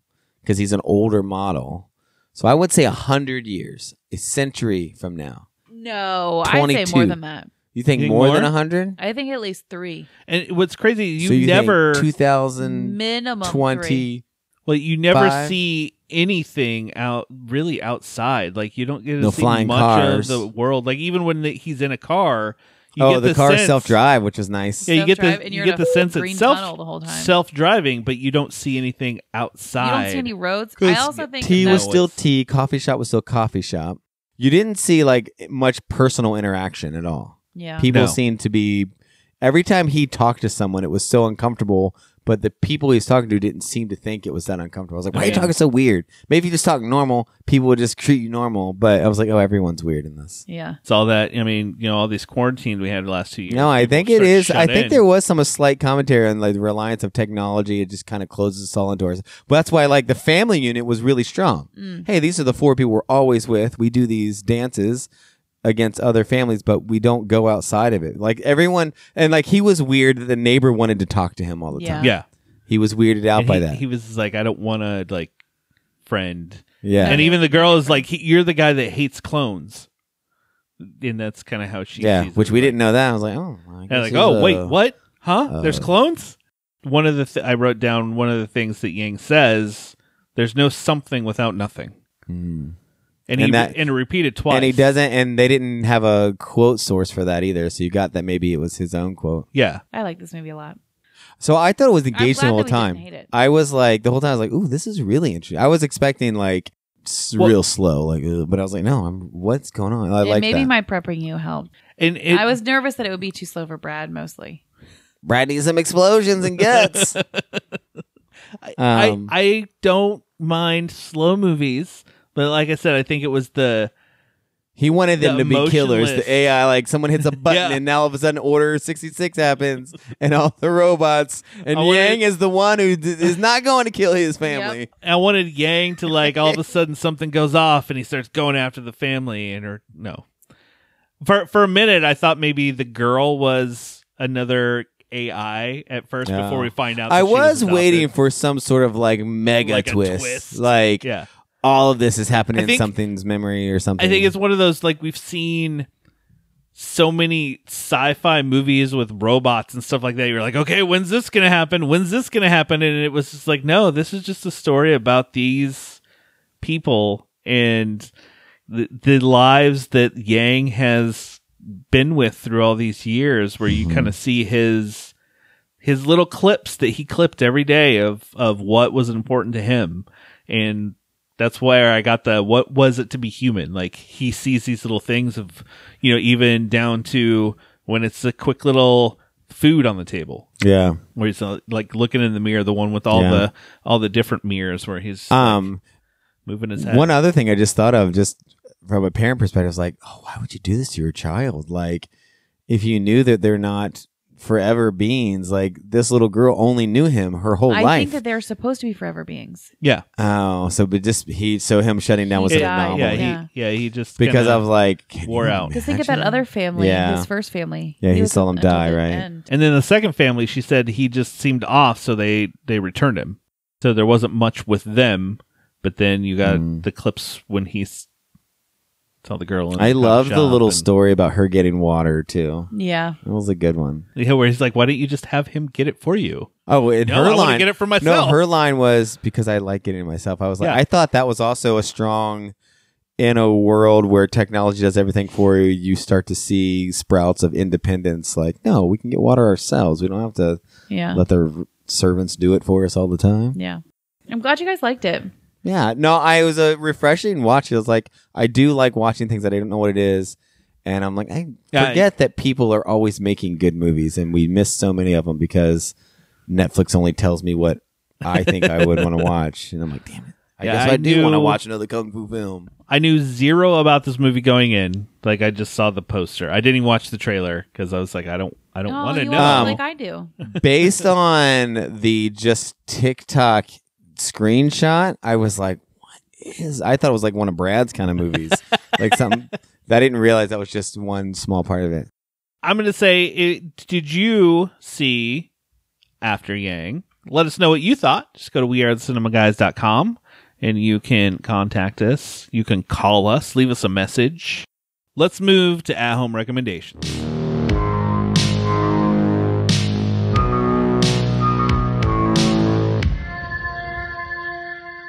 because he's an older model. So I would say a hundred years, a century from now. No, I say more 22. than that. You think You think more, more? than a hundred? I think at least three. And what's crazy, you, so you never two thousand Minimum. three. twenty. well, you never five? see anything out really outside. Like you don't get to No see flying much cars. of the world. Like even when the, he's in a car, you Oh, get the, car's sense- self drive, which is nice. Yeah, you get Self-drive, the and you you're get in a the sense green it's self tunnel the whole time. self driving, but you don't see anything You outside. don't see any roads. I 'Cause also think tea that was that still was- tea, coffee shop was still coffee shop. You didn't see like much personal interaction at all. yeah. People No. seemed to be every time he talked to someone, it was so uncomfortable. But the people he's talking to didn't seem to think it was that uncomfortable. I was like, why are you Yeah. talking so weird? Maybe if you just talk normal, people would just treat you normal. But I was like, oh, everyone's weird in this. yeah. It's all that I mean, you know, all these quarantines we had the last two years. No, I people think it start is. shut I think in. there was some slight commentary on like the reliance of technology. It just kind of closes us all indoors. But that's why like the family unit was really strong. Hey, these are the four people we're always with. We do these dances against other families, but we don't go outside of it. Like everyone, and like he was weird that the neighbor wanted to talk to him all the Yeah. time. yeah. He was weirded out And by he, that. he was just like, I don't want to like friend. yeah. And even the girl is like, he, you're the guy that hates clones, and that's kind of how she. yeah, sees which it. we didn't know that. I was like, oh, I And guess like, he's oh a- wait, what? Huh? There's uh, clones. One of the th- I wrote down one of the things that Yang says. There's no something without nothing, Hmm. and, And he that- and repeated twice. And he doesn't, and they didn't have a quote source for that either. So you got that maybe it was his own quote. Yeah, I like this movie a lot. So I thought it was engaged the glad whole that we didn't time. hate it. I was like the whole time I was like, "Ooh, this is really interesting." I was expecting like s- Well- real slow, like, ugh, but I was like, "No, I'm what's going on?" I And like maybe that. my prepping you helped. and it, I was nervous that it would be too slow for Brad mostly. Brad needs some explosions and guts. I, Um, I don't mind slow movies, but like I said, I think it was the he wanted them The to be killers. emotionless- The AI, like someone hits a button, Yeah. and now all of a sudden, Order sixty six happens, and all the robots. And I wanted- Yang is the one who d- is not going to kill his family. I wanted Yang to like all of a sudden something goes off and he starts going after the family and or no. For for a minute I thought maybe the girl was another AI at first No. before we find out. that I she was adopted. waiting for some sort of like mega Like a twist. twist. like Yeah. all of this is happening I think- in something's memory or something. I think it's one of those like we've seen so many sci-fi movies with robots and stuff like that. You're like, okay, when's this gonna happen? When's this gonna happen? And it was just like, no, this is just a story about these people and the, the lives that Yang has been with through all these years, where you kind of see his his little clips that he clipped every day of of what was important to him and that's where I got the what was it to be human? Like he sees these little things of, you know, even down to when it's a quick little food on the table yeah. where he's uh, like looking in the mirror, the one with all Yeah. the all the different mirrors where he's Um, moving his head. one other thing I just thought of, just from a parent perspective, is like, oh, why would you do this to your child? Like, if you knew that they're not forever beings, like this little girl only knew him her whole I life. think that they're supposed to be forever beings. yeah, oh, so but just he, so him shutting down was It- an Yeah, anomaly yeah, Yeah. he, yeah, he just because kinda- I was like, can wore you out. Because think of that imagine? other family, Yeah. his first family. Yeah, he was saw them until die, the right? end. And then the second family, she said he just seemed off, so they they returned him. So there wasn't much with them, but then you got Mm. the clips when he's saw the girl. In I the love shop the little and- story about her getting water too. Yeah. That was a good one. Yeah, where he's like, "Why don't you just have him get it for you?" Oh, and No, I her wanna line. get it for No, myself. her line was because I like getting it myself. I was like, Yeah. I thought that was also a strong. In a world where technology does everything for you, you start to see sprouts of independence. Like, no, we can get water ourselves. We don't have to Yeah. let the servants do it for us all the time. Yeah. I'm glad you guys liked it. Yeah, no, I it was a refreshing watch. It was like I do like watching things that I don't know what it is, and I'm like I Yeah, I- forget that people are always making good movies, and we miss so many of them because Netflix only tells me what I think I would want to watch, and I'm like, damn it, I Yeah, guess I I, do knew- want to watch another kung fu film. I knew zero about this movie going in. Like I just saw the poster. I didn't even watch the trailer because I was like, "I don't, I don't No, want to Oh, you know." watched Um, it like I do. Based on the just TikTok screenshot, I was like, what is? I thought it was like one of Brad's kind of movies, like something. I didn't realize that was just one small part of it. I'm going to say, it, did you see After Yang? Let us know what you thought. Just go to wearethecinemaguys.com and you can contact us. You can call us, leave us a message. Let's move to at home recommendations.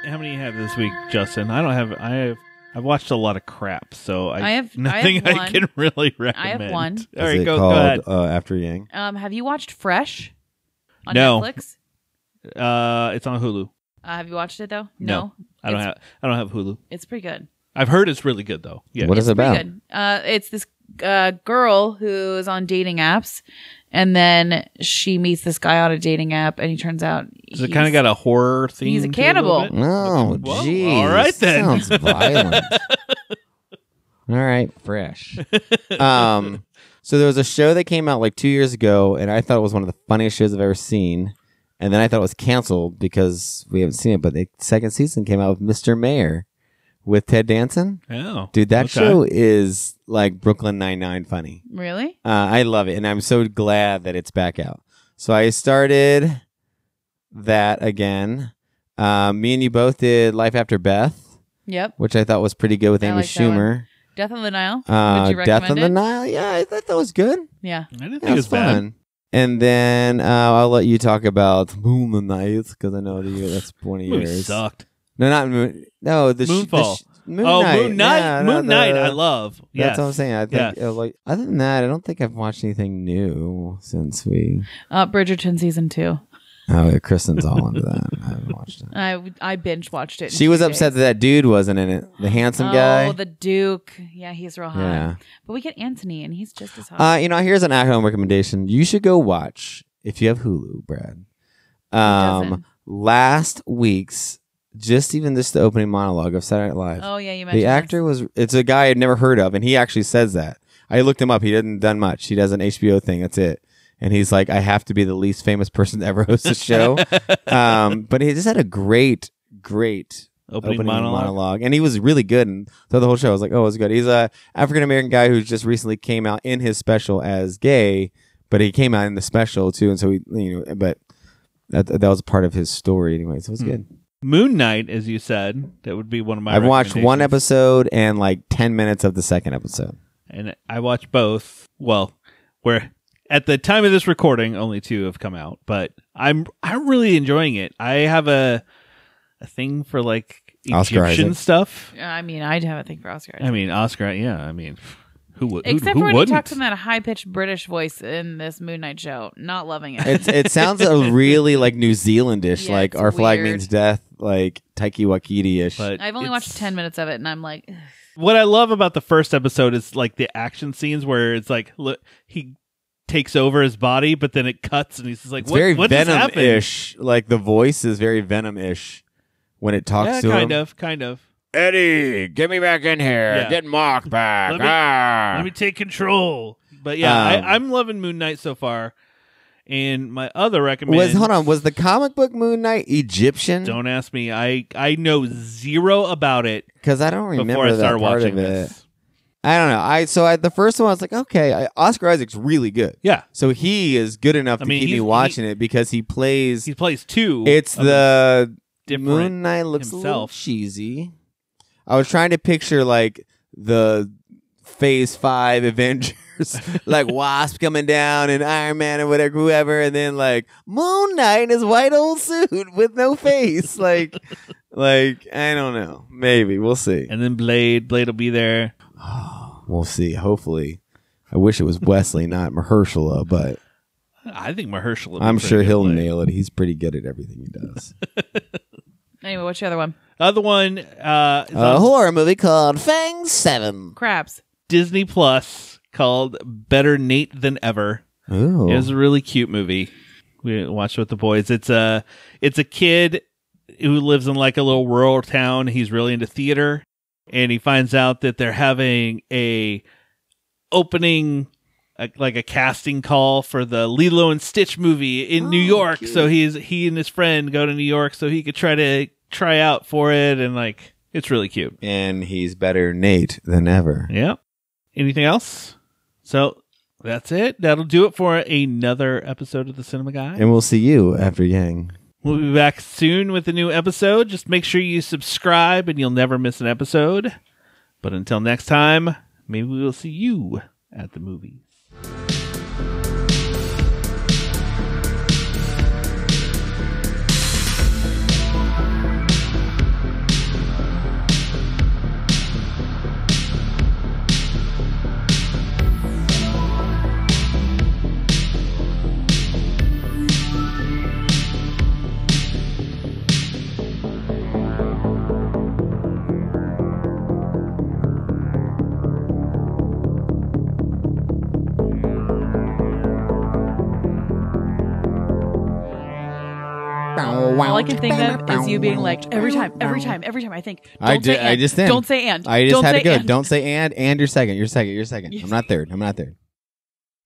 How many you have this week, Justin? I don't have. I have. I've watched a lot of crap, so I, I have- I have nothing I, one. can really recommend. have one. All right, it go, called go ahead. Uh, After Yang? Um, have you watched Fresh on No. Netflix? Uh, it's on Hulu. Uh, have you watched it though? No. I don't It's- have. I don't have Hulu. It's pretty good. I've heard it's really good though. Yeah. What is it about? Pretty good. Uh, it's this uh, girl who is on dating apps, and then she meets this guy on a dating app, and he turns out Does it kind of he's- got a horror theme? he's to a it little cannibal. bit? Oh, Whoa, all jeez. right then. Sounds violent. all right, fresh. Um, so there was a show that came out like two years ago, and I thought it was one of the funniest shows I've ever seen. And then I thought it was canceled because we haven't seen it. But the second season came out with Mr. Mayor with Ted Danson. Oh, Dude, that okay. show is like Brooklyn Nine Nine funny. really. Uh, I love it, and I'm so glad that it's back out. So I started that again. Uh, me and you both did Life After Beth, Yep. which I thought was pretty good with I Amy like that one. Schumer. Death on the Nile. Uh, Would you Death on recommend the it? Nile. Yeah, I thought that was good. Yeah. I didn't think That it was was bad. fun. And then uh, I'll let you talk about Moon Knight because I know that you, that's one of Movie yours. sucked. No, not Moon. No, the sh- the Moonfall. sh- Moon oh, Knight. Moon Knight. Yeah, no, Moon Knight. the- I love. Yeah. That's what I'm saying. I think uh, like other than that, I don't think I've watched anything new since we. Uh, Bridgerton season two. Oh, Kristen's all into that. I haven't watched it. I I binge watched it. in She was two upset days. that that dude wasn't in it, the handsome Oh, guy. the Duke. Yeah, he's real hot. Yeah. But we get Anthony, and he's just as hot. Uh, you know, here's an at-home recommendation. You should go watch if you have Hulu, Brad. Um, doesn't? last week's just even just the opening monologue of Saturday Night Live. oh yeah, you mentioned the actor was it's a guy I'd never heard of, and he actually says that. I looked him up. He didn't done much. He does an HBO thing. That's it. And he's like, I have to be the least famous person to ever host a show. um, but he just had a great, great Opening, monologue. and he was really good. And so the whole show I was like, oh, it was good. He's a African American guy who just recently came out in his special as gay, but he came out in the special too, and so he, you know, but that that was part of his story anyway. So it Hmm. was good. Moon Knight, as you said, that would be one of my. I've watched one recommendations. episode and like ten minutes of the second episode. and I watched both. Well, where at the time of this recording, only two have come out, but I'm I'm really enjoying it. I have a a thing for like Oscar Egyptian Isaac. stuff. I mean, I have a thing for Oscar. I mean, Oscar. Yeah, I mean, who would? Who, Except who for when wouldn't? he talks in that high pitched British voice in this Moon Knight show. Not loving it. It's, it sounds a really like New Zealandish, Yeah, like it's our flag weird. means death, like Taiki Wakiti ish. But I've only it's- watched ten minutes of it, and I'm like, ugh. What I love about the first episode is like the action scenes where it's like look he takes over his body, but then it cuts and he's just like It's what, very what just Venom happened? ish. Like the voice is very Venom ish when it talks Yeah, to kind him. of, kind of. Eddie, get me back in here. Yeah. Get Mark back. Let me- Let me take control. But yeah, Um, I, I'm loving Moon Knight so far. And my other was recommendation hold on. Was the comic book Moon Knight Egyptian? Don't ask me. I I know zero about it Because I don't before I remember that started part watching of it. this. I don't know. I so I the first one I was like, okay, I, Oscar Isaac's really good. Yeah, So he is good enough I to mean, keep me he's- watching it because he plays. he plays two. It's of the different. Moon Knight looks a little himself. cheesy. I was trying to picture like the Phase Five Avengers, like Wasp coming down and Iron Man and whatever, whoever, and then like Moon Knight in his white old suit with no face, like, like I don't know, maybe we'll see, and then Blade. Blade will be there. we'll see. Hopefully, I wish it was Wesley, not Mahershala, but I think Mahershala. will be I'm pretty sure good he'll Blade. nail it. He's pretty good at everything he does. anyway, what's your other one? Other one uh, is A on horror movie called Fang Seven. Crabs. Disney Plus called Better Nate Than Ever. Ooh. It was a really cute movie. We watched with the boys. It's a it's a kid who lives in like a little rural town. He's really into theater, and he finds out that they're having a opening a, like a casting call for the Lilo and Stitch movie in New York. So he's he and his friend go to New York so he could try to try out for it, and like it's really cute. and he's better Nate than ever. Yeah. Anything else? So that's it. That'll do it for another episode of the Cinema Guy. And we'll see you after Yang. We'll be back soon with a new episode. Just make sure you subscribe and you'll never miss an episode. But until next time, maybe we will see you at the movies. All I can think of is you being like every time, every time, every time. I think. Don't I say did. I and. just did. Don't say and. I just don't had say to go. and. Don't say and. And you're second. You're second. You're second. I'm not third. I'm not third.